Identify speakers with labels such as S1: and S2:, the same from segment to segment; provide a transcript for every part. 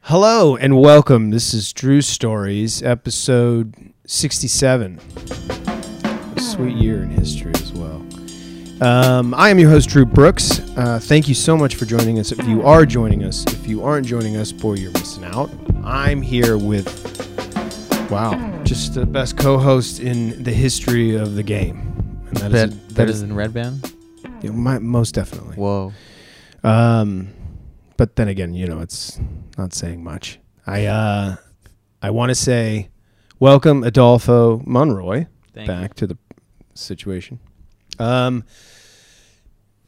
S1: Hello and welcome. This is Drew Stories, episode 67. A sweet year in history as well. Um, I am your host, Drew Brooks. Uh, thank you so much for joining us. If you are joining us, if you aren't joining us, boy, you're missing out. I'm here with, wow, just the best co host in the history of the game. And that is,
S2: That, that is in red band.
S1: yeah, my, most definitely.
S2: Whoa.
S1: Um, but then again, you know, it's not saying much. I uh, I want to say, welcome Adolfo Monroy
S2: Thank
S1: back to the situation. Um,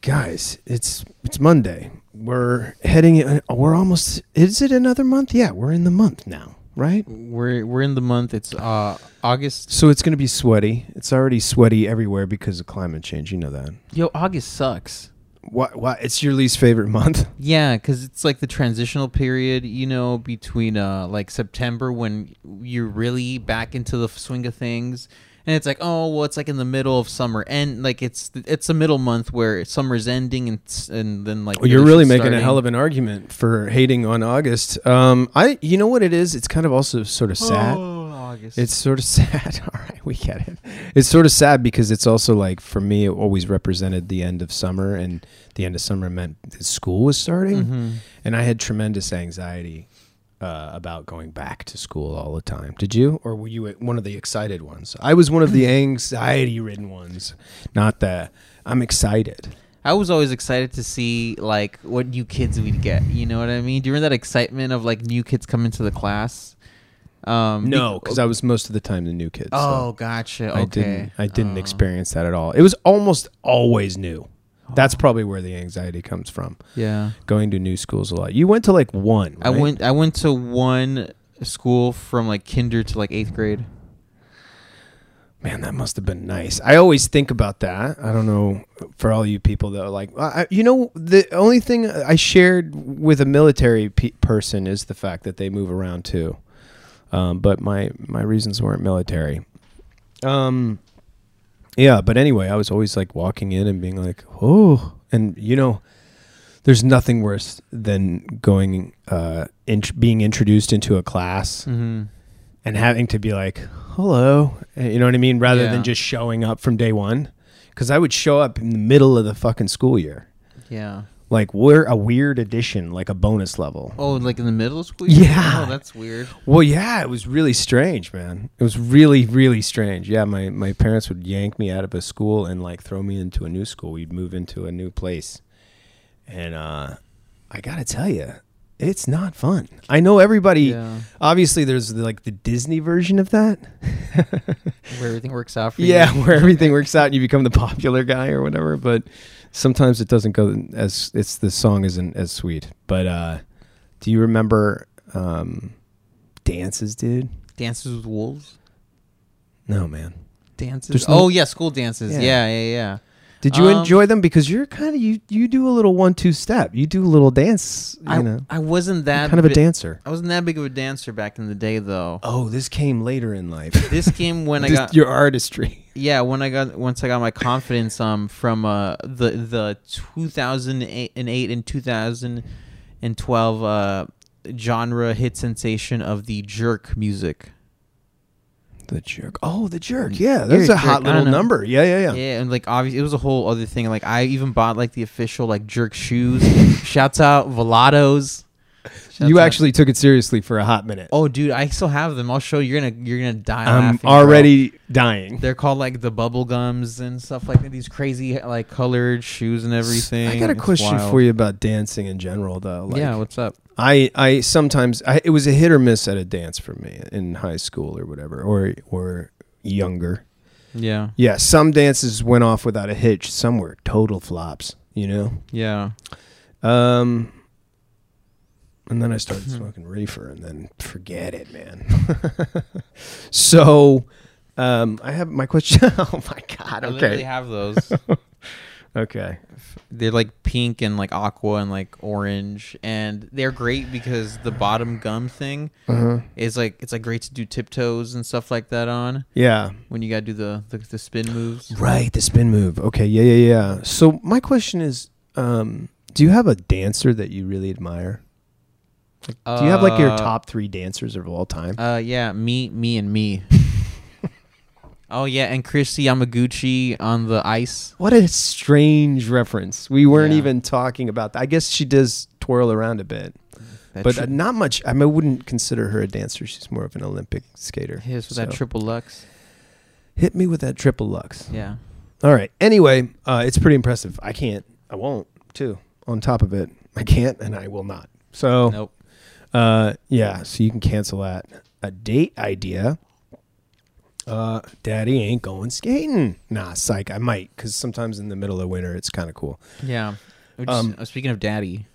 S1: guys, it's it's Monday. We're heading. uh, We're almost. Is it another month? Yeah, we're in the month now, right?
S2: We're we're in the month. It's uh August.
S1: So it's going to be sweaty. It's already sweaty everywhere because of climate change. You know that.
S2: Yo, August sucks.
S1: What? What? It's your least favorite month.
S2: Yeah, cuz it's like the transitional period, you know, between uh like September when you're really back into the swing of things. And it's like, oh, well, it's like in the middle of summer, and like it's it's a middle month where summer's ending, and s- and then like
S1: Well, you're really making a
S2: starting.
S1: hell of an argument for hating on August. Um, I, you know what it is? It's kind of also sort of sad.
S2: Oh, August.
S1: It's sort of sad. All right, we get it. It's sort of sad because it's also like for me, it always represented the end of summer, and the end of summer meant that school was starting,
S2: Mm-hmm.
S1: and I had tremendous anxiety uh, about going back to school all the time. Did you, or were you one of the excited ones? I was one of the anxiety-ridden ones. Not the I'm excited.
S2: I was always excited to see like what new kids we'd get. You know what I mean? Do you remember that excitement of like new kids coming to the class? Um,
S1: No,
S2: be-
S1: because I was most of the time the new kid. so.
S2: oh, gotcha. Okay.
S1: I didn't I didn't
S2: Oh.
S1: experience that at all. It was almost always new.
S2: Oh.
S1: That's probably where the anxiety comes from.
S2: Yeah,
S1: Going to new schools a lot. You went to like one.
S2: I
S1: right?
S2: went. I went to one school from like kinder to like eighth grade.
S1: Man, that must have been nice. I always think about that. I don't know for all you people that are like, I, I- you know, the only thing I shared with a military pe- person is the fact that they move around too. Um, but my my reasons weren't military. Um, yeah, but anyway, I was always like walking in and being like, oh, and you know, there's nothing worse than going uh, int- being introduced into a class
S2: Mm-hmm.
S1: and having to be like hello uh, you know what i mean rather
S2: Yeah.
S1: than just showing up from day one because i would show up in the middle of the fucking school year
S2: Yeah.
S1: like we're a weird addition like a bonus level
S2: Oh, like in the middle of school.
S1: Yeah.
S2: Oh, that's weird.
S1: well yeah it was really strange man it was really really strange yeah my, my parents would yank me out of a school and like throw me into a new school we'd move into a new place and uh i gotta tell you it's not fun i know everybody
S2: Yeah.
S1: obviously there's like the disney version of that
S2: Where everything works out for
S1: yeah,
S2: you.
S1: where everything works out and you become the popular guy or whatever. But sometimes it doesn't go as it's the song isn't as sweet. But uh, do you remember um, dances, dude?
S2: Dances with wolves.
S1: No, man.
S2: Dances.
S1: There's no-
S2: oh yeah, school dances.
S1: Yeah.
S2: Yeah, yeah, yeah. yeah.
S1: Did you
S2: Um,
S1: enjoy them? Because you're kind of you you do a little one two step. You do a little dance. You
S2: I,
S1: know,
S2: I wasn't that
S1: kind of a
S2: bi-
S1: dancer.
S2: I wasn't that big of a dancer back in the day, though.
S1: Oh, this came later in life.
S2: This came when I
S1: This-
S2: got
S1: your artistry.
S2: yeah when I got once I got my confidence um from uh the the 2008 and 2012 uh genre hit sensation of the jerk music.
S1: The jerk. Oh, the jerk. Yeah,
S2: You're
S1: that's
S2: a
S1: a hot
S2: jerk. I
S1: little
S2: don't know.
S1: number. Yeah, yeah, yeah.
S2: Yeah, and like obviously it was a whole other thing. Like I even bought like the official like jerk shoes. Shouts out Velados. Shouts
S1: you
S2: out-
S1: actually took it seriously for a hot minute.
S2: Oh, dude, I still have them. I'll show you. You're gonna you're gonna die.
S1: I'm
S2: laughing, bro.
S1: already dying.
S2: They're called like the bubble gums and stuff like that. These crazy like colored shoes and everything.
S1: I got a
S2: It's
S1: question
S2: wild.
S1: for you about dancing in general, though. Like,
S2: yeah, what's up?
S1: I I sometimes I, it was a hit or miss at a dance for me in high school or whatever, or or younger.
S2: Yeah,
S1: Yeah, some dances went off without a hitch. Some were total flops. You know.
S2: yeah.
S1: Um. And then I started
S2: Hmm.
S1: smoking reefer, and then forget it, man. so, um, I have my question. oh my god!
S2: I literally
S1: Okay,
S2: have those.
S1: okay.
S2: they're like pink and like aqua and like orange, and they're great because the bottom gum thing is like it's like great to do tiptoes and stuff like that on
S1: Yeah,
S2: when you gotta do the the, the spin moves.
S1: Right, the spin move. Okay, yeah, yeah, yeah. So my question is, um, do you have a dancer that you really admire? Do you have like your
S2: Uh,
S1: top three dancers of all time?
S2: Uh, yeah, me, me, and me. oh yeah, and Chris Yamaguchi on the ice.
S1: What a strange reference. We weren't
S2: Yeah.
S1: even talking about that. I guess she does twirl around a bit,
S2: That
S1: but
S2: tri-
S1: uh, not much. I, mean, I wouldn't consider her a dancer. She's more of an Olympic skater.
S2: his with that
S1: So,
S2: triple lux.
S1: hit me with that triple lux.
S2: Yeah.
S1: All right. Anyway, uh, it's pretty impressive. I can't. I won't. Too. On top of it, I can't and I will not. So,
S2: Nope.
S1: uh, yeah. So you can cancel that. A date idea. Uh, Daddy ain't going skating. Nah, psych. I might because sometimes in the middle of winter it's kind of cool.
S2: Yeah. Which,
S1: Um,
S2: uh, speaking of daddy,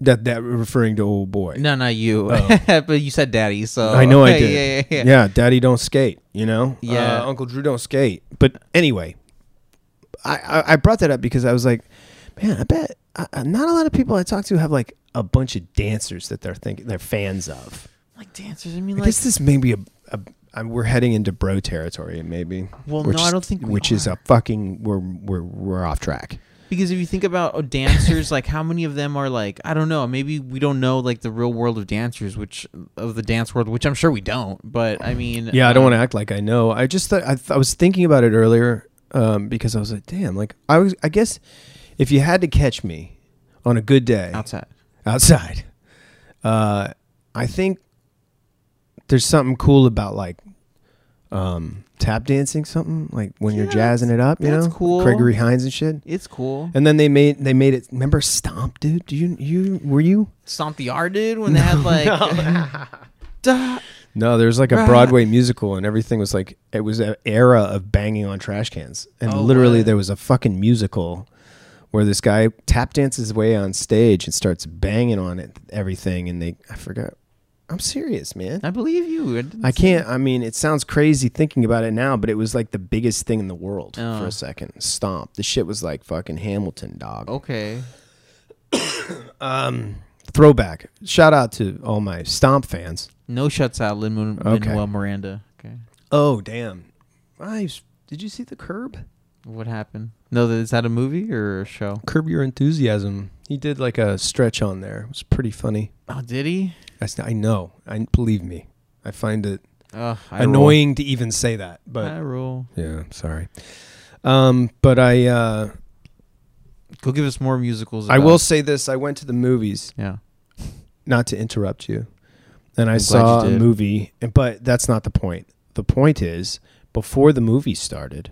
S1: That that referring to old boy.
S2: no, not you,
S1: Oh.
S2: but you said daddy, so
S1: I know I
S2: Yeah,
S1: did.
S2: Yeah, yeah, yeah.
S1: Daddy don't skate. You know.
S2: Yeah.
S1: Uh, Uncle Drew don't skate. But anyway, I, I I brought that up because I was like, man, I bet I, I- not a lot of people I talk to have like a bunch of dancers that they're thinking they're fans of.
S2: Like dancers. I mean,
S1: I
S2: like
S1: guess this may be a. a I'm, we're heading into bro territory, maybe.
S2: Well,
S1: which,
S2: no, I don't think we
S1: Which is
S2: are.
S1: a fucking we're we're we're off track.
S2: Because if you think about uh, dancers, like how many of them are like I don't know, maybe we don't know like the real world of dancers, which of the dance world, which I'm sure we don't. But I mean,
S1: Yeah, I don't want to act like I know. I just thought I, th- I was thinking about it earlier um, because I was like, damn, like I was. I guess if you had to catch me on a good day
S2: outside.
S1: outside, uh, I think there's something cool about like um, tap dancing, something like when you're
S2: Yeah,
S1: jazzing it up. You
S2: that's
S1: know,
S2: cool.
S1: Gregory Hines and shit.
S2: It's cool.
S1: And then they made they made it. Remember Stomp, dude? Do you you were you?
S2: Stomp the R dude when they had like Duh.
S1: No, there was like a
S2: Right.
S1: Broadway musical, and everything was like it was an era of banging on trash cans, and
S2: Oh,
S1: literally
S2: what?
S1: there was a fucking musical where this guy tap dances his way on stage and starts banging on it everything, and they I forgot. I'm serious, man.
S2: I believe you. didn't
S1: I
S2: see-
S1: can't. I mean, it sounds crazy thinking about it now, but it was like the biggest thing in the world for
S2: Oh.
S1: a second. Stomp. The shit was like fucking Hamilton, dog.
S2: Okay.
S1: Um, Throwback. Shout out to all my Stomp fans.
S2: No shuts out Lin
S1: Okay.
S2: Manuel Miranda. Okay.
S1: Oh damn! I did you see the curb?
S2: What happened? No, th- is that a movie or a show?
S1: Curb Your Enthusiasm. He did like a stretch on there. It was pretty funny.
S2: Oh, did he?
S1: I, s- I know. I believe me. I find it
S2: Ugh, I roll.
S1: annoying to even say that, but
S2: I roll.
S1: yeah, I'm sorry. Um, but I uh,
S2: Go give us more musicals.
S1: I
S2: about-
S1: will say this. I went to the movies,
S2: Yeah.
S1: not to interrupt you, and I
S2: I'm glad
S1: saw
S2: you
S1: a
S2: did.
S1: movie. and- But that's not the point. The point is, before the movie started,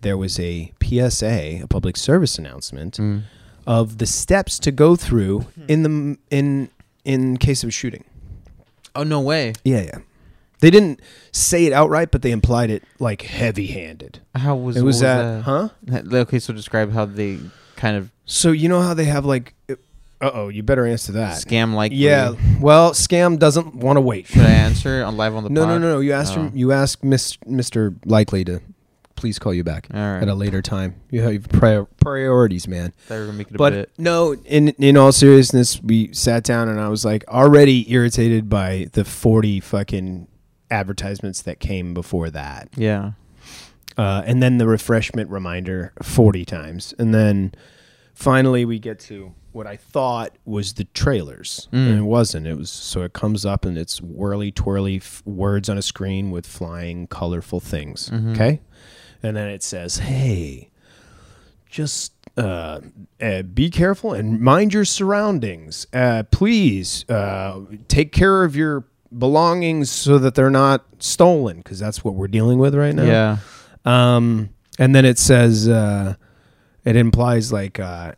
S1: there was a PSA, a public service announcement,
S2: Mm.
S1: of the steps to go through
S2: Hmm.
S1: in the m- in in case of a shooting.
S2: Oh no way.
S1: Yeah, yeah. They didn't say it outright, but they implied it like heavy-handed.
S2: How was
S1: it
S2: what
S1: was that,
S2: that?
S1: huh?
S2: That- Okay, so describe how they kind of
S1: So you know how they have like, uh oh, you better answer that.
S2: scam like.
S1: Yeah. Well, scam doesn't want to wait.
S2: Should I answer on live on the
S1: No, no,
S2: pod?
S1: no, no. You asked
S2: Oh.
S1: him, you asked Miss, Mr. Likely to please call you back
S2: All right.
S1: at a later time. You have prior, priorities, man.
S2: They were gonna make it a
S1: but
S2: bit.
S1: no in in all seriousness we sat down and i was like already irritated by the 40 fucking advertisements that came before that
S2: Yeah.
S1: uh, and then the refreshment reminder 40 times and then finally we get to what i thought was the trailers and it wasn't it was so it comes up and it's whirly twirly f- words on a screen with flying colorful things okay and then it says hey just uh, uh, be careful and mind your surroundings. Uh, please uh, take care of your belongings so that they're not stolen, because that's what we're dealing with right now.
S2: Yeah.
S1: Um, and then it says uh, it implies like uh,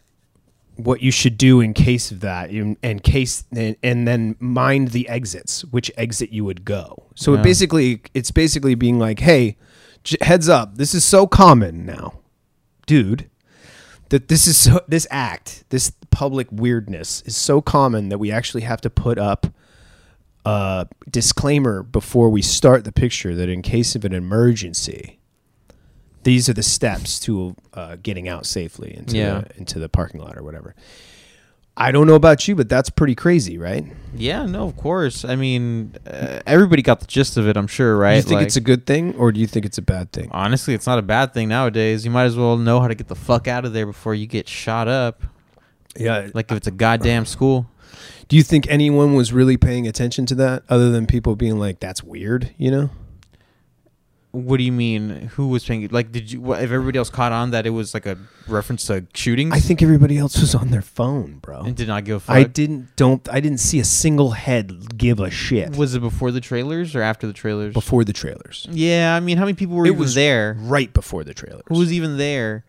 S1: what you should do in case of that, in, in case, and, and then mind the exits, which exit you would go. So it
S2: Yeah.
S1: basically, it's basically being like, hey, j- heads up, this is so common now, dude. That this is so, this act, this public weirdness is so common that we actually have to put up a disclaimer before we start the picture that in case of an emergency, these are the steps to uh, getting out safely into
S2: Yeah.
S1: the, into the parking lot or whatever. I don't know about you, but that's pretty crazy, right?
S2: Yeah. No, of course. I mean, uh, everybody got the gist of it. I'm sure, right?
S1: Do you think
S2: Like,
S1: it's a good thing or do you think it's a bad thing?
S2: honestly, it's not a bad thing nowadays. You might as well know how to get the fuck out of there before you get shot up.
S1: Yeah,
S2: Like if it's a goddamn school.
S1: do you think anyone was really paying attention to that other than people being like, that's weird, you know?
S2: What do you mean? Who was paying? Like, did you? What, if everybody else caught on that it was like a reference to shootings
S1: I think everybody else was on their phone, bro.
S2: and did not give a fuck?
S1: I didn't don't I didn't see a single head give a shit
S2: Was it before the trailers or after the trailers?
S1: before the trailers.
S2: Yeah, I mean, how many people were
S1: It
S2: even
S1: was-
S2: there?
S1: Right before the trailers.
S2: Who was even there?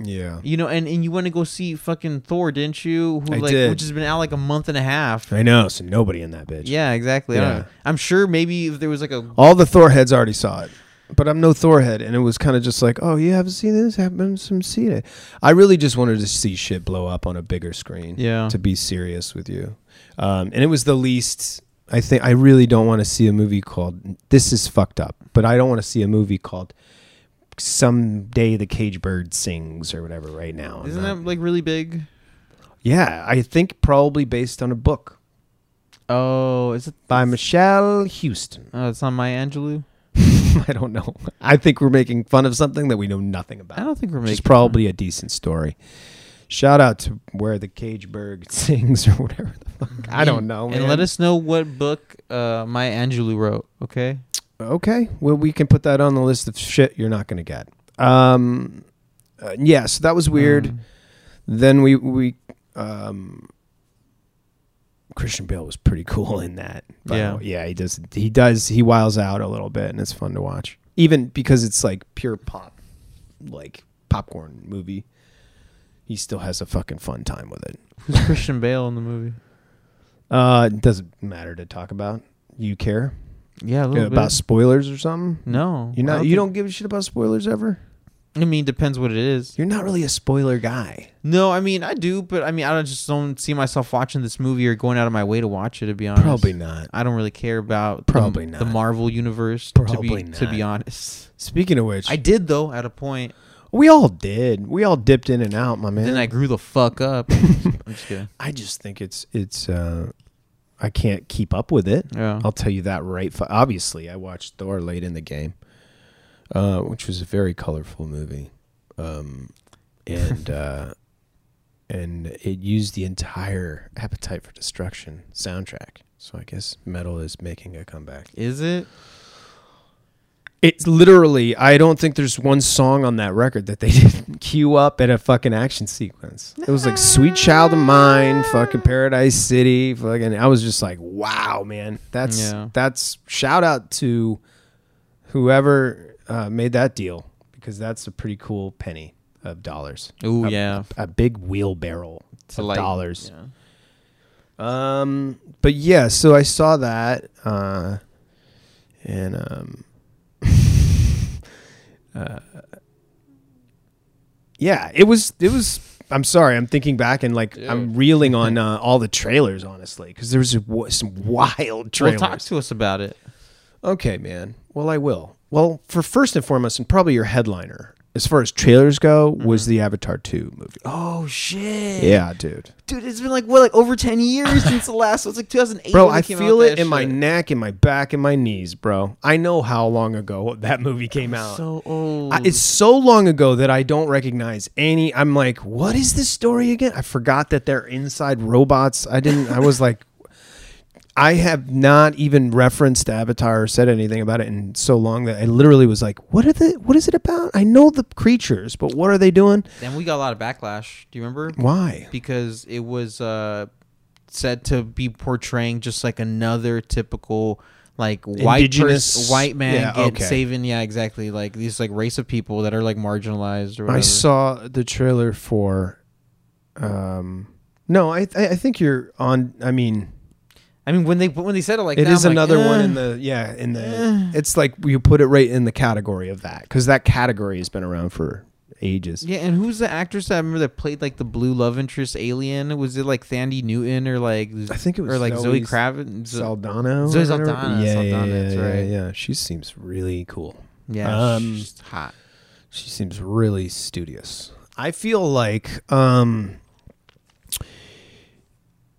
S1: yeah.
S2: You know, and, and you went to go see fucking Thor, didn't you? Who
S1: I
S2: like
S1: did.
S2: which has been out like a month and a half.
S1: I know, so nobody in that bitch.
S2: Yeah, exactly. I don't
S1: Yeah.
S2: know. I'm sure maybe if there was like a
S1: All the Thor heads already saw it. But I'm no Thor head, and it was kind of just like, oh, you haven't seen this? Haven't some seen it? I really just wanted to see shit blow up on a bigger screen.
S2: Yeah.
S1: To be serious with you, um, and it was the least. I think I really don't want to see a movie called "This Is Fucked Up," but I don't want to see a movie called "Someday the Cage Bird Sings" or whatever. Right now, I'm
S2: isn't
S1: not-
S2: that like really big?
S1: yeah, I think probably based on a book
S2: Oh, is it?
S1: by Michelle Houston.
S2: Oh, it's not my Angelou.
S1: I don't know. I think we're making fun of something that we know nothing about.
S2: I don't think we're
S1: which
S2: making.
S1: is probably a decent story. Shout out to where the cage bird sings or whatever the fuck. I don't
S2: And-
S1: know.
S2: And
S1: man.
S2: let us know what book uh, my Angelou wrote. Okay.
S1: Okay, well we can put that on the list of shit you're not gonna get. Um, uh, yeah, so that was weird.
S2: Um,
S1: Then we we um, Christian Bale was pretty cool in that.
S2: Yeah.
S1: yeah, he does. He does. He wiles out a little bit, and it's fun to watch, even because it's like pure pop, like popcorn movie. He still has a fucking fun time with it.
S2: who's Christian Bale in the movie?
S1: Uh, it doesn't matter to talk about. You care
S2: Yeah, a little
S1: about
S2: bit.
S1: spoilers or something?
S2: No,
S1: You
S2: I
S1: know, you
S2: think-
S1: don't give a shit about spoilers ever.
S2: I mean, depends what it is.
S1: You're not really a spoiler guy.
S2: No, I mean I do, but I mean I don't just don't see myself watching this movie or going out of my way to watch it. To be honest,
S1: Probably not.
S2: I don't really care about
S1: Probably
S2: the,
S1: not.
S2: the Marvel universe.
S1: Probably
S2: to be, To be
S1: not.
S2: honest,
S1: Speaking of which,
S2: I did though at a point.
S1: we all did. We all dipped in and out, my man.
S2: Then I grew the fuck up. I'm just kidding.
S1: I just think it's it's. uh I can't keep up with it.
S2: Yeah.
S1: I'll tell you that right. Fu- Obviously, I watched Thor late in the game, uh, which was a very colorful movie, um, and uh, and it used the entire Appetite for Destruction soundtrack. So I guess metal is making a comeback.
S2: Is it?
S1: It's literally. I don't think there's one song on that record that they didn't cue up at a fucking action sequence. It was like "Sweet Child of Mine," fucking "Paradise City," fucking. I was just like, "Wow, man, that's
S2: Yeah.
S1: that's." Shout out to whoever uh, made that deal because that's a pretty cool penny of dollars.
S2: Oh
S1: A-
S2: yeah.
S1: a, big wheelbarrow
S2: To
S1: of
S2: like-
S1: dollars.
S2: yeah.
S1: Um, but yeah, so I saw that, uh, and um, uh, yeah, it was it was. I'm sorry, I'm thinking back and like I'm reeling on uh, all the trailers, honestly, because there was a w- some wild
S2: Well,
S1: trailers.
S2: talk to us about it.
S1: okay, man. Well, I will. Well, for first and foremost, and probably your headliner as far as trailers go, was
S2: Mm-hmm.
S1: the Avatar two movie.
S2: Oh shit.
S1: Yeah, dude.
S2: Dude, it's been like what, like over ten years since the last. It's like 2008.
S1: Bro,
S2: when it
S1: I
S2: came
S1: feel
S2: out,
S1: it in
S2: that
S1: my
S2: shit.
S1: neck, in my back, in my knees, bro. I know how long ago that movie came out.
S2: So old.
S1: I- it's so long ago that I don't recognize any. I'm like, what is this story again? I forgot that they're inside robots. I didn't. I was like, I have not even referenced Avatar or said anything about it in so long that I literally was like, what are the? What is it about? I know the creatures, but what are they doing?
S2: and we got a lot of backlash. Do you remember?
S1: Why?
S2: because it was uh, said to be portraying just like another typical like white
S1: Indigenous-
S2: pers- white man
S1: yeah,
S2: get
S1: okay.
S2: saving yeah exactly like these like race of people that are like marginalized or whatever.
S1: I saw the trailer for. Um, no, I I I think you're on. I mean,
S2: I mean when they when they said it like
S1: it is
S2: that, I'm like,
S1: another one
S2: "Eh."
S1: in the yeah in the. It's like you put it right in the category of that because that category has been around for ages.
S2: yeah and who's the actress that I remember that played like the blue love interest alien was it like Thandi Newton or like
S1: I think it was
S2: or like Zoe
S1: Zoe
S2: Kravitz
S1: Saldana.
S2: Zoe
S1: or whatever?
S2: Saldana,
S1: Yeah, yeah,
S2: Saldana,
S1: yeah,
S2: that's
S1: yeah,
S2: right.
S1: yeah. She seems really cool.
S2: yeah
S1: Um,
S2: she's hot
S1: She seems really studious. I feel like um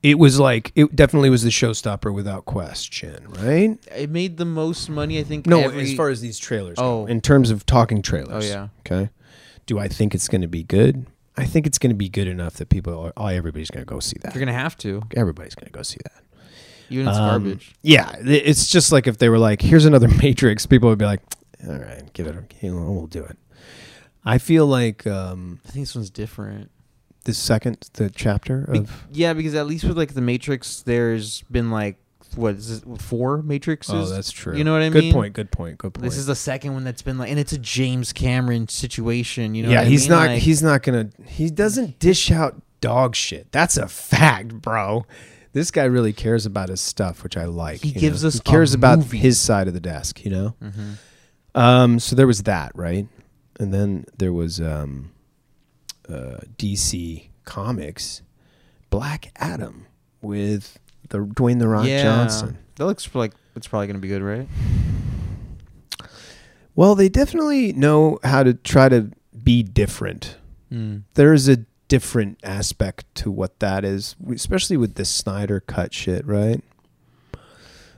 S1: it was like it definitely was the showstopper without question, right?
S2: it made the most money I think
S1: No,
S2: every,
S1: as far as these trailers
S2: Oh.
S1: go, in terms of talking trailers.
S2: Oh, yeah.
S1: Okay. Do I think it's going to be good? I think it's going to be good enough that people are, oh, everybody's going to go see that.
S2: You're gonna have to,
S1: everybody's going to go see that.
S2: even if it's
S1: Um,
S2: garbage.
S1: Yeah, th- it's just like if they were like, "Here's another Matrix," people would be like, "All right, give it, a, you know, we'll do it." I feel like um,
S2: I think this one's different.
S1: the second, the chapter
S2: Be-
S1: of
S2: yeah, because at least with like the Matrix, there's been like what is it, four Matrixes?
S1: oh, that's true.
S2: You know what I
S1: good
S2: mean?
S1: point. Good point. Good point.
S2: This is the second one that's been like, and it's a James Cameron situation. You know?
S1: yeah,
S2: what I
S1: he's
S2: mean?
S1: not.
S2: Like,
S1: he's not gonna. He doesn't dish out dog shit. That's a fact, bro. This guy really cares about his stuff, which I like.
S2: He
S1: you
S2: gives
S1: know?
S2: us
S1: He cares
S2: a
S1: about
S2: movie.
S1: his side of the desk, you know.
S2: Mm-hmm.
S1: Um. So there was that, right? And then there was um, uh, DC Comics, Black Adam with the Dwayne the Rock
S2: yeah,
S1: Johnson.
S2: That looks like it's probably gonna be good, right?
S1: Well, they definitely know how to try to be different.
S2: Mm.
S1: there is a different aspect to what that is, especially with the Snyder cut shit, right?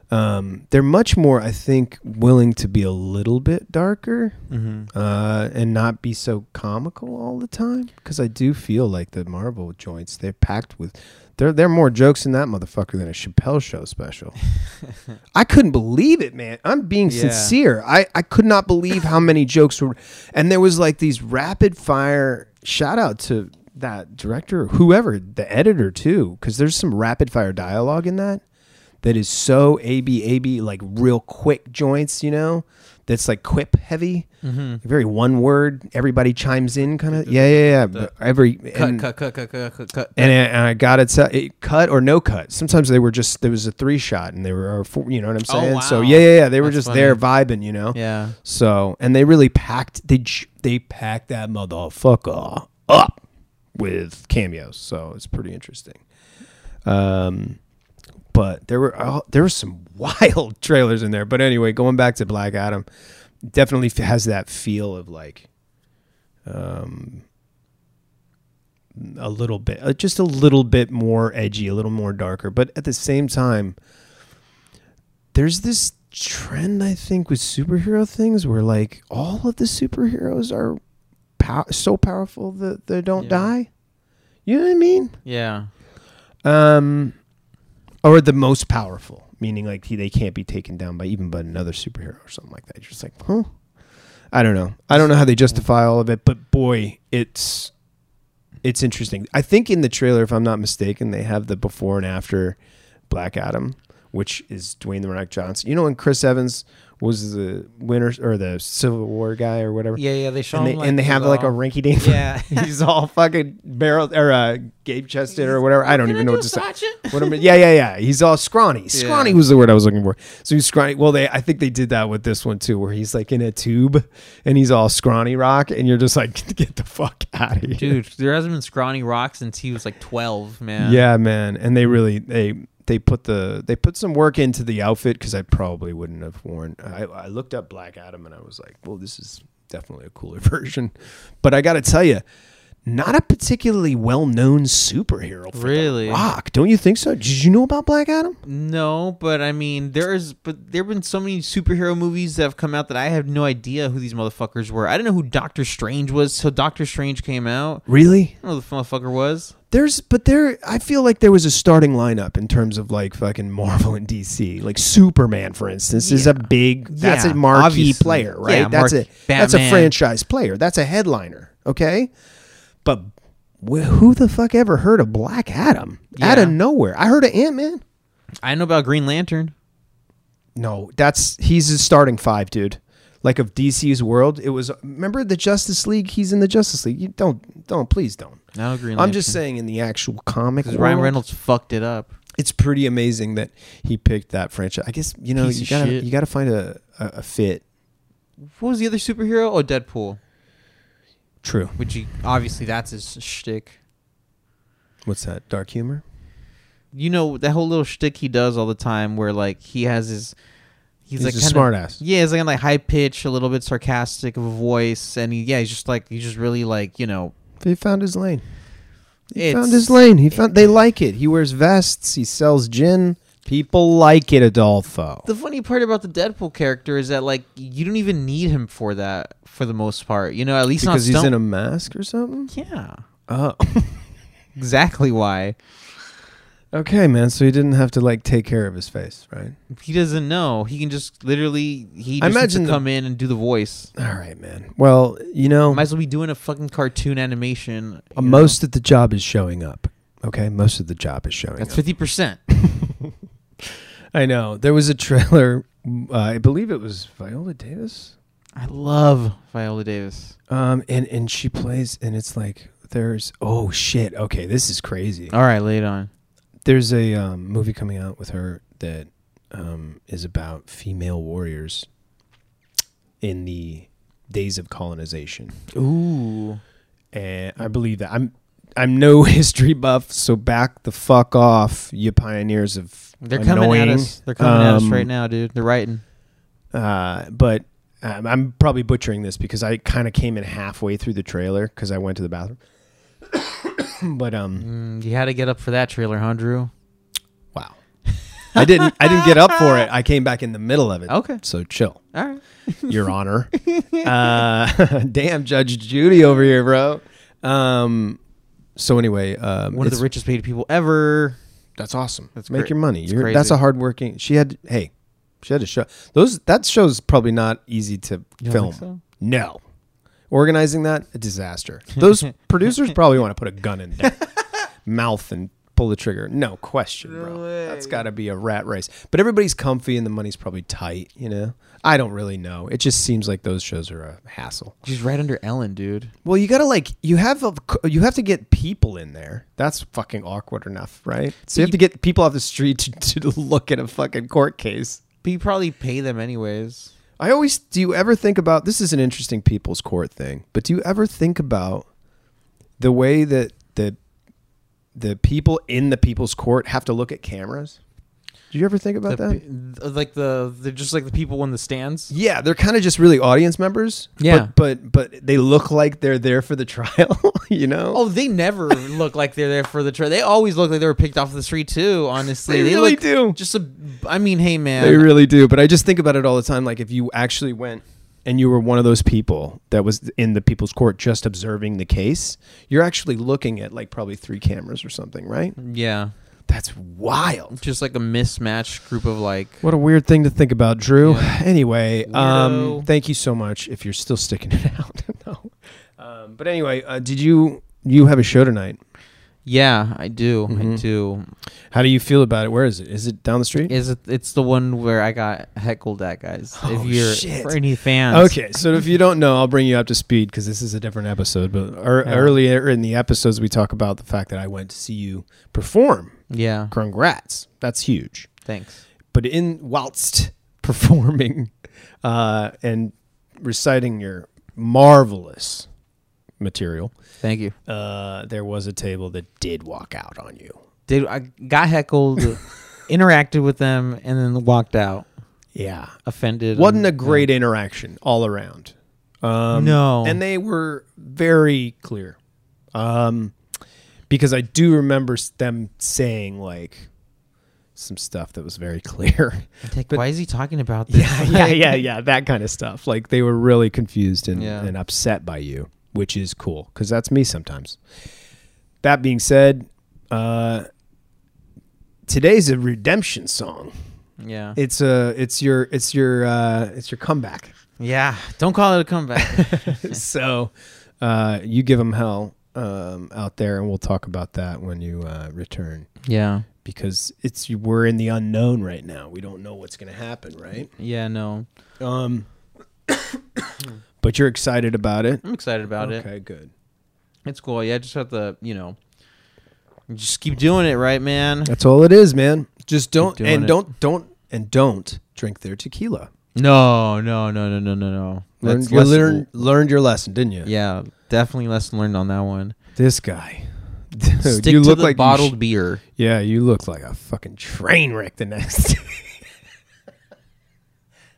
S1: Um, they're much more, I think, willing to be a little bit darker
S2: Mm-hmm.
S1: uh, and not be so comical all the time. Because I do feel like the Marvel joints they're packed with. There, there are more jokes in that motherfucker than a Chappelle show special. I couldn't believe it, man. I'm being
S2: Yeah.
S1: sincere. I, I could not believe how many jokes were, and there was like these rapid fire. Shout out to that director, whoever the editor too, because there's some rapid fire dialogue in that that is so A B A B like real quick joints, you know, that's like quip heavy,
S2: Mm-hmm.
S1: very one word. Everybody chimes in kind of yeah yeah yeah. But every
S2: Cut,
S1: and,
S2: cut, cut, cut, cut, cut, cut.
S1: and, I, and I got it, so- it cut or no cut. Sometimes they were just there was a three shot and they were or four, you know what I'm
S2: Oh,
S1: saying. So
S2: wow.
S1: yeah yeah yeah they were
S2: That's
S1: just there vibing, you know.
S2: yeah.
S1: So and they really packed they j- they packed that motherfucker up with cameos. So it's pretty interesting. Um, but there were all, there were some wild trailers in there. But anyway, going back to Black Adam, definitely f- has that feel of like, um, a little bit, uh, just a little bit more edgy, a little more darker. But at the same time, there's this trend I think with superhero things where like all of the superheroes are pow- so powerful that they don't
S2: Yeah.
S1: die. You know what I mean?
S2: Yeah.
S1: Um, or the most powerful, meaning like he, they can't be taken down by even by another superhero or something like that. You're just like, huh? I don't know. I don't know how they justify all of it, but boy, it's it's interesting. I think in the trailer, if I'm not mistaken, they have the before and after Black Adam, which is Dwayne the Rock Johnson. You know when Chris Evans was the winner or the Civil War guy or whatever,
S2: Yeah, yeah. They show
S1: and they
S2: him, like,
S1: and they
S2: he's
S1: have like a
S2: all-
S1: ranky dink.
S2: yeah.
S1: He's all fucking barrel or uh, gape chested or whatever. I don't
S2: Can
S1: even know
S2: do
S1: what to
S2: a
S1: say.
S2: sergeant?
S1: What am I- yeah, yeah, yeah. He's all scrawny. Scrawny was the word I was looking for. So he's scrawny. Well, they I think they did that with this one too, where he's like in a tube and he's all scrawny rock, and you're just like, get the fuck out of here,
S2: Dude, there hasn't been scrawny rock since he was like twelve, man.
S1: Yeah, man. And they really they they put the they put some work into the outfit because I probably wouldn't have worn. I, I looked up Black Adam and I was like, well, this is definitely a cooler version. But I got to tell you. Not a particularly well-known superhero. For The
S2: Really?
S1: Rock, don't you think so? Did you know about Black Adam?
S2: No, but I mean, there is, but there have been so many superhero movies that have come out that I have no idea who these motherfuckers were. I didn't know who Doctor Strange was till Doctor Strange came out.
S1: Really?
S2: I don't know who the motherfucker was.
S1: There's, but there, I feel like there was a starting lineup in terms of like fucking Marvel and DC. Like Superman, for instance, is a big, that's
S2: Yeah,
S1: a marquee
S2: obviously.
S1: player, right?
S2: Yeah,
S1: that's
S2: marquee-
S1: a that's a
S2: Batman.
S1: franchise player. That's a headliner, okay? But wh- who the fuck ever heard of Black Adam out of
S2: Yeah.
S1: nowhere? I heard of Ant Man.
S2: I know about Green Lantern.
S1: No, that's he's a starting five, dude. Like of DC's world, it was. Remember the Justice League? He's in the Justice League. You don't, don't, please don't.
S2: No Green Lantern.
S1: I'm just saying, in the actual comic,
S2: because Ryan
S1: world-
S2: Reynolds fucked it up.
S1: it's pretty amazing that he picked that franchise. I guess you know
S2: Piece
S1: you
S2: of
S1: gotta
S2: shit.
S1: you gotta find a, a, a fit.
S2: What was the other superhero? Oh, Deadpool.
S1: True.
S2: Which he, obviously that's his shtick.
S1: What's that? Dark humor.
S2: You know that whole little shtick he does all the time, where like he has his. He's,
S1: He's
S2: like
S1: a
S2: kinda-
S1: smartass.
S2: Yeah, it's like like high pitch, a little bit sarcastic of a voice, and he, yeah, he's just like he's just really like you know
S1: He found his lane. He
S2: It's-
S1: found his lane. He found they like it. He wears vests. He sells gin. People like it, Adolfo.
S2: the funny part about the Deadpool character is that like you don't even need him for that for the most part. You know, at least
S1: because
S2: not
S1: he's in
S2: Stone-
S1: a mask or something.
S2: yeah.
S1: Oh.
S2: Exactly why.
S1: okay, man. So he didn't have to like take care of his face, right?
S2: He doesn't know. He can just literally he
S1: I
S2: just needs
S1: imagine
S2: to
S1: the-
S2: come in and do the voice.
S1: All right, man. Well, you know,
S2: Might as well be doing a fucking cartoon animation. you
S1: uh,
S2: know?
S1: most of the job is showing up. Okay, most of the job is showing
S2: that's
S1: up.
S2: fifty percent.
S1: I know. There was a trailer. Uh, I believe it was Viola Davis.
S2: I love Viola Davis.
S1: Um, and and she plays, and it's like there's oh shit. Okay, this is crazy.
S2: All right, lay it on.
S1: There's a um, movie coming out with her that um, is about female warriors in the days of colonization,
S2: Ooh,
S1: and I believe that I'm. I'm no history buff, so back the fuck off, you pioneers of
S2: they're coming at
S1: annoying.
S2: us. They're coming at us
S1: Um,
S2: right now, dude. They're writing.
S1: Uh, but um, I'm probably butchering this because I kind of came in halfway through the trailer because I went to the bathroom. but um,
S2: Mm, you had to get up for that trailer, huh, Drew?
S1: wow, I didn't. I didn't get up for it. I came back in the middle of it.
S2: Okay,
S1: So chill,
S2: all right.
S1: Your Honor. uh, damn, Judge Judy over here, bro. Um, so anyway, um,
S2: One of
S1: it's-
S2: the richest paid people ever.
S1: that's awesome.
S2: That's
S1: Make
S2: great.
S1: your money.
S2: It's
S1: You're, that's
S2: crazy.
S1: a hardworking. She had hey, she had a show. Those that show's probably not easy to
S2: You
S1: film.
S2: don't think so?
S1: No. Organizing that, a disaster. Those producers probably want to put a gun in their mouth and pull the trigger. No question, bro. That's got to be a rat race. But everybody's comfy and the money's probably tight, you know? I don't really know. It just seems like those shows are a hassle.
S2: She's right under Ellen, dude.
S1: Well, you got to like you have a, you have to get people in there. That's fucking awkward enough, right? So you have to get people off the street to, to look at a fucking court case.
S2: But you probably pay them anyways.
S1: I always do you ever think about this is an interesting people's court thing, but do you ever think about the way that the the people in the people's court have to look at cameras? Do you ever think about
S2: The
S1: that?
S2: pe- like the they're just like the people in the stands.
S1: yeah, they're kind of just really audience members.
S2: Yeah.
S1: But, but but they look like they're there for the trial, you know?
S2: Oh, they never look like they're there for the trade. They always look like they were picked off the street too. Honestly,
S1: They really
S2: look
S1: do.
S2: Just a, I mean, hey man,
S1: They really do. But I just think about it all the time. Like if you actually went and you were one of those people that was in the people's court just observing the case, you're actually looking at like probably three cameras or something, right?
S2: yeah,
S1: That's wild.
S2: just like a mismatched group of like.
S1: What a weird thing to think about, Drew. Anyway, um,
S2: Weirdo.
S1: thank you so much if you're still sticking it out. no. Um, but anyway, uh, did you you have a show tonight?
S2: Yeah, I do.
S1: Mm-hmm.
S2: I do.
S1: How do you feel about it? Where is it? Is it down the street?
S2: Is it? It's the one where I got heckled at, guys.
S1: Oh,
S2: if you're
S1: shit.
S2: for any fans,
S1: Okay, so if you don't know, I'll bring you up to speed because this is a different episode. But ear
S2: Yeah.
S1: earlier in the episodes, we talk about the fact that I went to see you perform.
S2: Yeah,
S1: Congrats, that's huge.
S2: thanks.
S1: But in whilst performing uh, and reciting your marvelous material,
S2: Thank you.
S1: uh, there was a table that did walk out on you.
S2: Did I got heckled, interacted with them, and then walked out
S1: Yeah,
S2: offended.
S1: wasn't
S2: and-
S1: a great interaction all around. Um,
S2: No.
S1: and they were very clear, um, because I do remember s- them saying like some stuff that was very clear.
S2: Like, why is he talking about this?
S1: yeah, yeah, yeah, yeah, that kind of stuff. Like they were really confused and,
S2: Yeah.
S1: and upset by you, which is cool because that's me sometimes. That being said, uh, today's a redemption song.
S2: yeah.
S1: It's a, it's your, it's your, uh, it's your comeback.
S2: Yeah, don't call it a comeback.
S1: so uh, you give them hell um, out there, and we'll talk about that when you uh, return
S2: yeah,
S1: because it's we're in the unknown right now. We don't know what's going to happen, right?
S2: yeah, no,
S1: Um, but you're excited about it.
S2: I'm excited about it.
S1: okay, good.
S2: It's cool. Yeah, I just have to, you know, just keep doing it, right, man?
S1: That's all it is, man. Just don't
S2: doing
S1: and
S2: it.
S1: don't don't and don't drink their tequila.
S2: No, no, no, no, no, no, no.
S1: Learn,
S2: That's
S1: you
S2: lesson-
S1: learned learned your lesson, didn't you?
S2: Yeah, definitely lesson learned on that one.
S1: This guy.
S2: Stick
S1: you
S2: to
S1: look
S2: the
S1: like you
S2: bottled
S1: sh-
S2: beer.
S1: yeah, you look like a fucking train wreck the next day.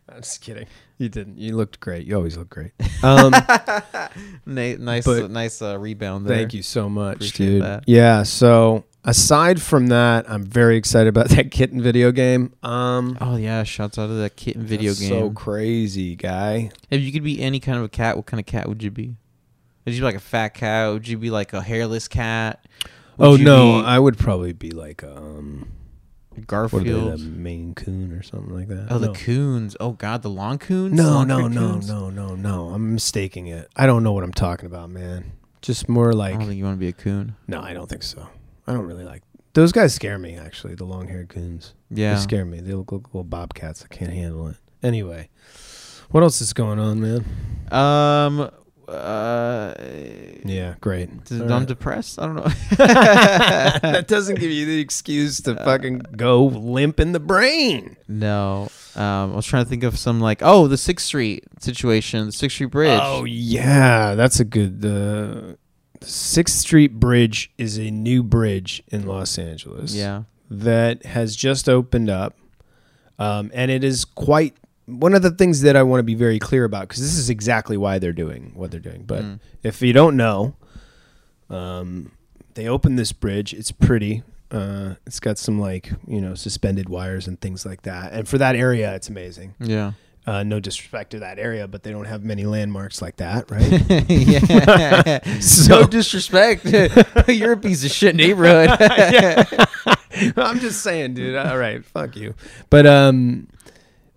S1: I'm just kidding. You didn't. You looked great. You always look great. Um,
S2: Na- nice,
S1: But-
S2: nice uh, rebound there.
S1: thank you so much,
S2: Appreciate
S1: dude.
S2: that.
S1: Yeah. So aside from that, I'm very excited about that kitten video game. Um,
S2: Oh yeah, shouts out to that kitten video
S1: that's
S2: game.
S1: So crazy, guy.
S2: if you could be any kind of a cat, what kind of cat would you be? Would you be like a fat cat? Would you be like a hairless cat? Would
S1: Oh
S2: you
S1: no,
S2: be
S1: I would probably be like um, what are they, the
S2: Garfield.
S1: Maine Coon or something like that.
S2: Oh, the
S1: no.
S2: coons. Oh God, the long coons. The
S1: No,
S2: long
S1: no,
S2: haired
S1: no,
S2: coons?
S1: no, no, no. I'm mistaking it. I don't know what I'm talking about, man. Just more
S2: I
S1: like
S2: don't think you want to be a coon.
S1: no, I don't think so. I don't really like those guys. Scare me actually. The long-haired coons.
S2: Yeah.
S1: They scare me. They look like little bobcats. I can't handle it. Anyway, what else is going on, man?
S2: Um. Uh.
S1: Yeah, great.
S2: d-
S1: All
S2: I'm
S1: right.
S2: depressed. I don't know.
S1: that doesn't give you the excuse to
S2: Uh,
S1: fucking go limp in the brain.
S2: no. Um. I was trying to think of some like oh the Sixth Street situation, the Sixth Street Bridge.
S1: Oh yeah, that's a good. The Sixth Street Bridge is a new bridge in Los Angeles.
S2: yeah.
S1: that has just opened up, um, and it is quite one of the things that I want to be very clear about because this is exactly why they're doing what they're doing. But
S2: Mm.
S1: if you don't know, um, they opened this bridge. It's pretty. Uh, it's got some like you know suspended wires and things like that. And for that area, it's amazing.
S2: Yeah.
S1: Uh, no disrespect to that area, but they don't have many landmarks like that, right?
S2: yeah.
S1: So-
S2: no disrespect. You're a piece of shit neighborhood.
S1: I'm just saying, dude. All right, fuck you. But um,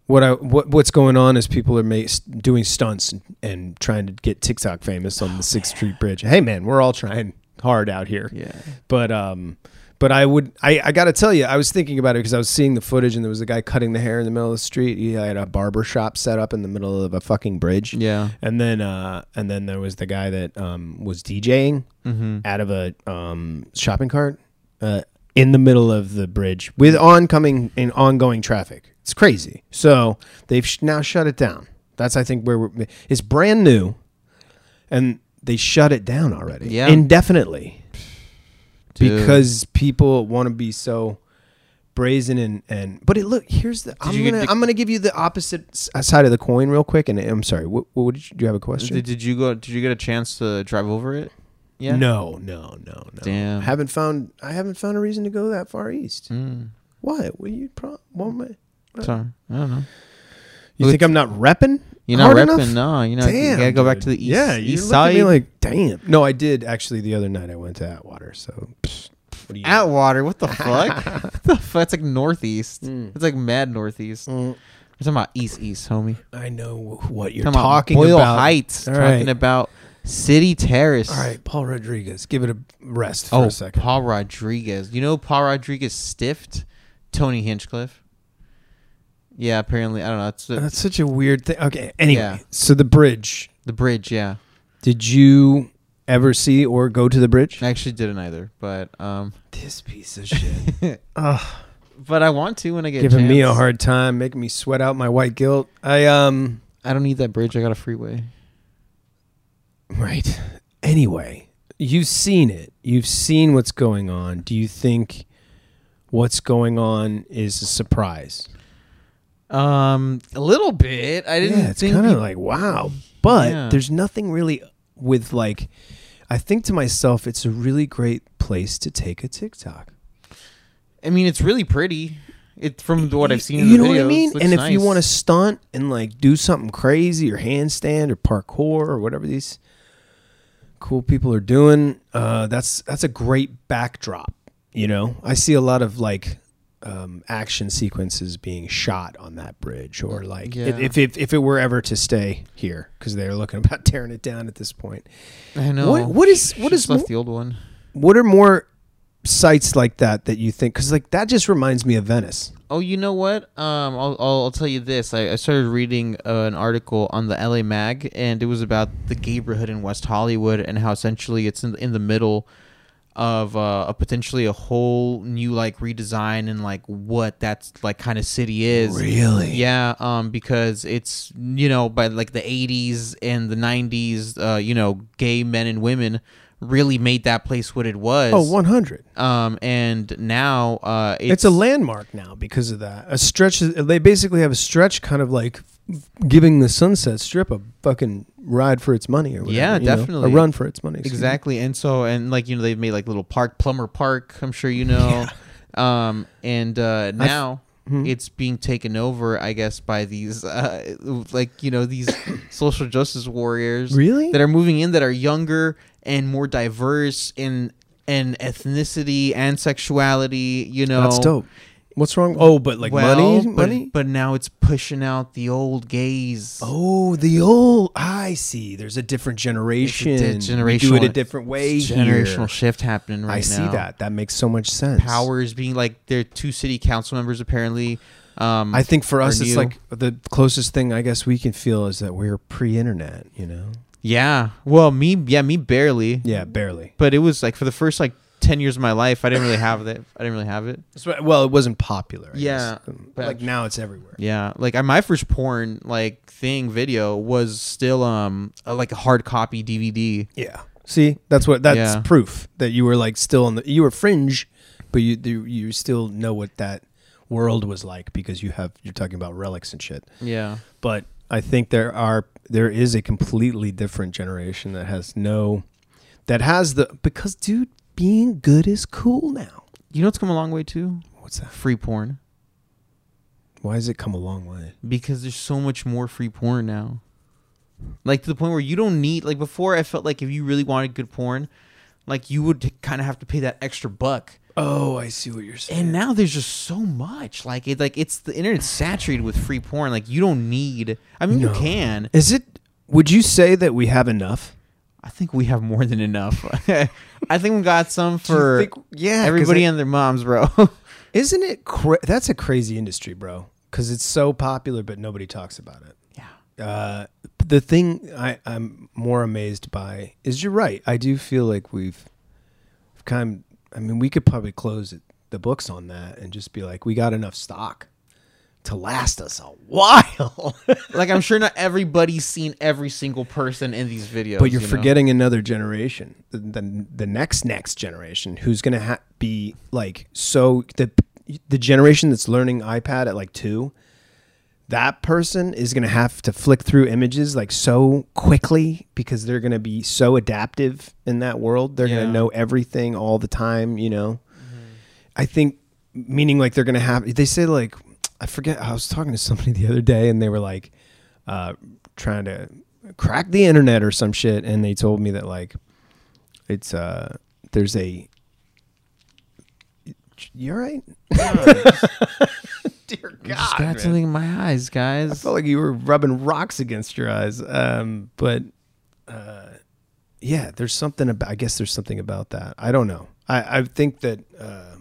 S1: what I what what's going on is people are ma- s- doing stunts and, and trying to get TikTok famous on the Sixth Street Bridge. Hey, man, we're all trying hard out here.
S2: yeah.
S1: But um, but I would I I gotta tell you, I was thinking about it because I was seeing the footage and there was a guy cutting the hair in the middle of the street. He had a barber shop set up in the middle of a fucking bridge.
S2: Yeah.
S1: And then, uh, and then there was the guy that um, was DJing
S2: Mm-hmm.
S1: out of a um, shopping cart uh, in the middle of the bridge with oncoming and ongoing traffic. It's crazy. So they've sh- now shut it down. That's I think where we're, it's brand new, and they shut it down already
S2: Yeah.
S1: indefinitely
S2: Dude.
S1: because people want to be so brazen and and but it look here's the I'm
S2: you
S1: gonna
S2: get the-
S1: I'm gonna give you the opposite s- side of the coin real quick and I'm sorry what, what did you, do you have a question
S2: Did, did you go? Did you get a chance to drive over it? Yeah.
S1: No, no, no, no.
S2: Damn.
S1: I haven't found I haven't found a reason to go that far east.
S2: Mm,
S1: Why? Will you pro- what am I-
S2: sorry. I don't know.
S1: You
S2: Well,
S1: think I'm not repping?
S2: You're not repping. No. You know. you
S1: Damn,
S2: gotta go back
S1: dude.
S2: to the east.
S1: Yeah, you
S2: east
S1: look at
S2: side.
S1: me like, damn. No, I did actually the other night. I went to Atwater. So, pfft, what do you?
S2: Atwater. What the fuck? what the fuck? It's like northeast.
S1: Mm.
S2: It's like mad northeast. We're
S1: Mm,
S2: talking about east east, homie.
S1: I know what you're
S2: We're
S1: talking
S2: about Boyle
S1: about.
S2: Heights.
S1: All
S2: Talking
S1: right.
S2: about City Terrace.
S1: All right, Paul Rodriguez, give it a rest for
S2: Oh,
S1: a second.
S2: Paul Rodriguez. You know Paul Rodriguez stiffed Tony Hinchcliffe. Yeah, apparently I don't know. That's the,
S1: That's such a weird thing. Okay, anyway,
S2: Yeah.
S1: so the bridge.
S2: the bridge. Yeah,
S1: Did you ever see or go to the bridge?
S2: I actually didn't either, but um,
S1: This piece of shit.
S2: but I want to when I get
S1: giving me a
S2: chance.
S1: hard time, making me sweat out my white guilt. I um
S2: I don't need that bridge. I got a freeway.
S1: right. Anyway, you've seen it. You've seen what's going on. Do you think what's going on is a surprise?
S2: Um, a little bit. I didn't.
S1: yeah, it's
S2: think
S1: kind of
S2: you-
S1: like wow, but
S2: Yeah.
S1: there's nothing really with like. I think to myself, it's a really great place to take a TikTok.
S2: I mean, it's really pretty. It from what I've seen. in
S1: you
S2: the
S1: know what I
S2: videos,
S1: mean?
S2: looks
S1: And if you
S2: nice.
S1: want to stunt and like do something crazy or handstand or parkour or whatever these cool people are doing, uh, that's that's a great backdrop. You know, I see a lot of like um, action sequences being shot on that bridge, or like
S2: Yeah.
S1: if, if if it were ever to stay here, because they're looking about tearing it down at this point.
S2: I know.
S1: What- what is- what
S2: Should've
S1: is
S2: left
S1: more-
S2: the old one?
S1: What are more sites like that that you think? Because like that just reminds me of Venice.
S2: Oh, you know what? Um, I'll, I'll, I'll tell you this. I, I started reading uh, an article on the LA Mag, and it was about the neighborhood in West Hollywood and how essentially it's in, in the middle of uh, a potentially a whole new like redesign and like what that's like kind of city is.
S1: Really?
S2: Yeah. Um, because it's you know by like the '80s and the '90s, uh, you know, gay men and women really made that place what it was.
S1: Oh, 100.
S2: Um, and now uh,
S1: it's, a landmark now because of that. A stretch. They basically have a stretch, kind of like giving the Sunset Strip a fucking ride for its money, or whatever,
S2: Yeah,
S1: you know?
S2: definitely.
S1: a run for its money. excuse me.
S2: Exactly. And so and like you know they've made like little park plumber park, I'm sure you know. Um and uh now
S1: Hmm?
S2: it's being taken over, I guess, by these uh, like you know these social justice warriors
S1: Really?
S2: that are moving in that are younger and more diverse in and ethnicity and sexuality. You know,
S1: That's dope. What's wrong? Oh, but like
S2: Well,
S1: money,
S2: but,
S1: money.
S2: But now it's pushing out the old gays.
S1: Oh, the old. I see. There's a different generation.
S2: generational
S1: We do it a different way.
S2: It's a
S1: here.
S2: generational shift happening right
S1: I
S2: now.
S1: see that. That makes so much sense.
S2: Powers being like they're two city council members apparently. Um,
S1: I think for us,
S2: Or
S1: it's
S2: new.
S1: like the closest thing I guess we can feel is that we're pre-internet. You know?
S2: yeah. Well, me yeah me barely.
S1: Yeah, barely.
S2: But it was like for the first like ten years of my life, I didn't really have that. I didn't really have it.
S1: So- Well, it wasn't popular. I
S2: Yeah,
S1: guess. Um, But
S2: but-
S1: like now it's everywhere.
S2: Yeah, like I, my first porn like thing video was still um a, like a hard copy DVD.
S1: Yeah. See, that's what that's
S2: Yeah.
S1: proof that you were like still on the you were fringe, but you you, you still know what that world was like because you have you're talking about relics and shit.
S2: Yeah.
S1: But I think there are there is a completely different generation that has no that has the because dude being good is cool now.
S2: You know what's come a long way too?
S1: What's that?
S2: Free porn.
S1: Why has it come a long way?
S2: because there's so much more free porn now. Like to the point where you don't need like before I felt like if you really wanted good porn, like you would kind of have to pay that extra buck.
S1: Oh, I see what you're saying.
S2: And now there's just so much. Like it like it's the internet's saturated with free porn. Like you don't need I mean
S1: No.
S2: you can.
S1: Is it would you say that we have enough?
S2: I think we have more than enough. I think we got some for
S1: think- yeah, 'cause
S2: everybody
S1: I-
S2: and their moms, bro.
S1: Isn't it? Cra- that's a crazy industry, bro. Because it's so popular, but nobody talks about it.
S2: yeah.
S1: Uh, the thing I, I'm more amazed by is you're right. I do feel like we've kind. I mean, we could probably close it, the books on that and just be like, we got enough stock to last us a while.
S2: Like I'm sure not everybody's seen every single person in these videos.
S1: But you're
S2: you know?
S1: forgetting another generation, the, the the next next generation, who's gonna ha- be like so the the generation that's learning iPad at like two. That person is gonna have to flick through images like so quickly because they're gonna be so adaptive in that world. They're
S2: Yeah. Mm-hmm.
S1: gonna know everything all the time. You know, I think meaning like they're gonna have. They say like I forget. I was talking to somebody the other day, and they were like uh, trying to crack the internet or some shit, and they told me that like it's uh there's a. You all right? Dear
S2: I just got something in my eyes, guys.
S1: I felt like you were rubbing rocks against your eyes. Um, but uh, yeah, there's something about. I guess there's something about that. I don't know. I I think that uh,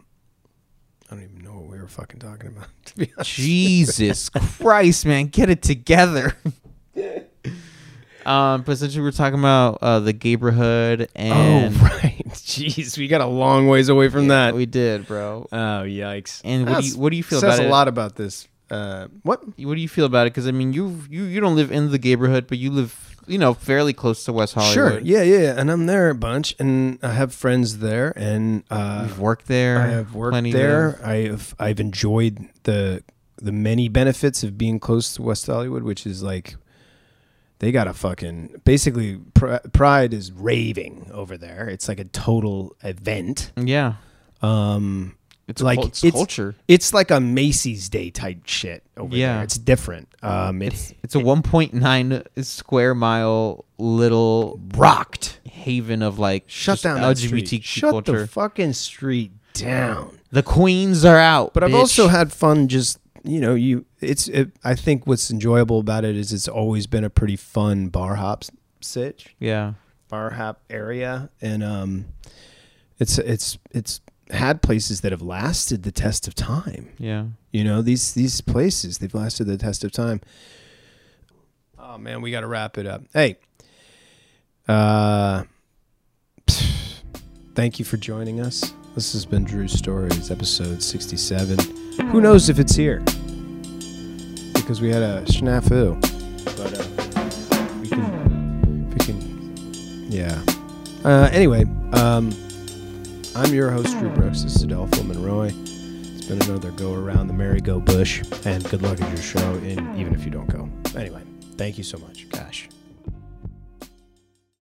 S1: I don't even know what we were fucking talking about. To be honest,
S2: Jesus Christ, man, get it together. um, but essentially, we're talking about uh, the neighborhood,
S1: oh
S2: and
S1: right, jeez, we got a long ways away from that.
S2: we did, bro.
S1: oh yikes!
S2: And what do
S1: That's-
S2: you- what do you feel
S1: says
S2: about
S1: a
S2: it?
S1: lot about this. Uh, what?
S2: What do you feel about it? Because I mean, you you you don't live in the neighborhood, but you live you know fairly close to West
S1: Sure.
S2: Hollywood.
S1: Yeah, yeah, yeah. And I'm there a bunch, and I have friends there, and uh,
S2: You've worked there.
S1: I have worked
S2: plenty
S1: there. I have I've enjoyed the the many benefits of being close to West Hollywood, which is like they got a fucking basically pr- Pride is raving over there. It's like a total event.
S2: Yeah,
S1: Um,
S2: it's
S1: like
S2: like it's, culture.
S1: It's like a Macy's Day type shit over
S2: Yeah.
S1: there. It's different. Um, it
S2: It's it's a 1.9 square mile little
S1: rocked.
S2: haven of like
S1: Shut
S2: just
S1: down that
S2: LGBTQ
S1: street. Shut
S2: culture.
S1: the fucking street down.
S2: the queens are out,
S1: But I've
S2: bitch.
S1: also had fun. Just you know, you it's. It, I think what's enjoyable about it is it's always been a pretty fun bar hop s- sitch,
S2: yeah.
S1: bar hop area, and um, it's it's it's had places that have lasted the test of time.
S2: Yeah.
S1: You know these these places they've lasted the test of time. Oh man, we got to wrap it up. Hey, uh, thank you for joining us. This has been Drew's Stories, episode sixty-seven. Who knows if it's here because we had a snafu, but uh, we can, we can, yeah. Uh, anyway, um, I'm your host, Drew Brooks. This is Adolfo Monroy. It's been another go around the merry-go-bush, and good luck at your show, and even if you don't go. Anyway, thank you so much. Gosh.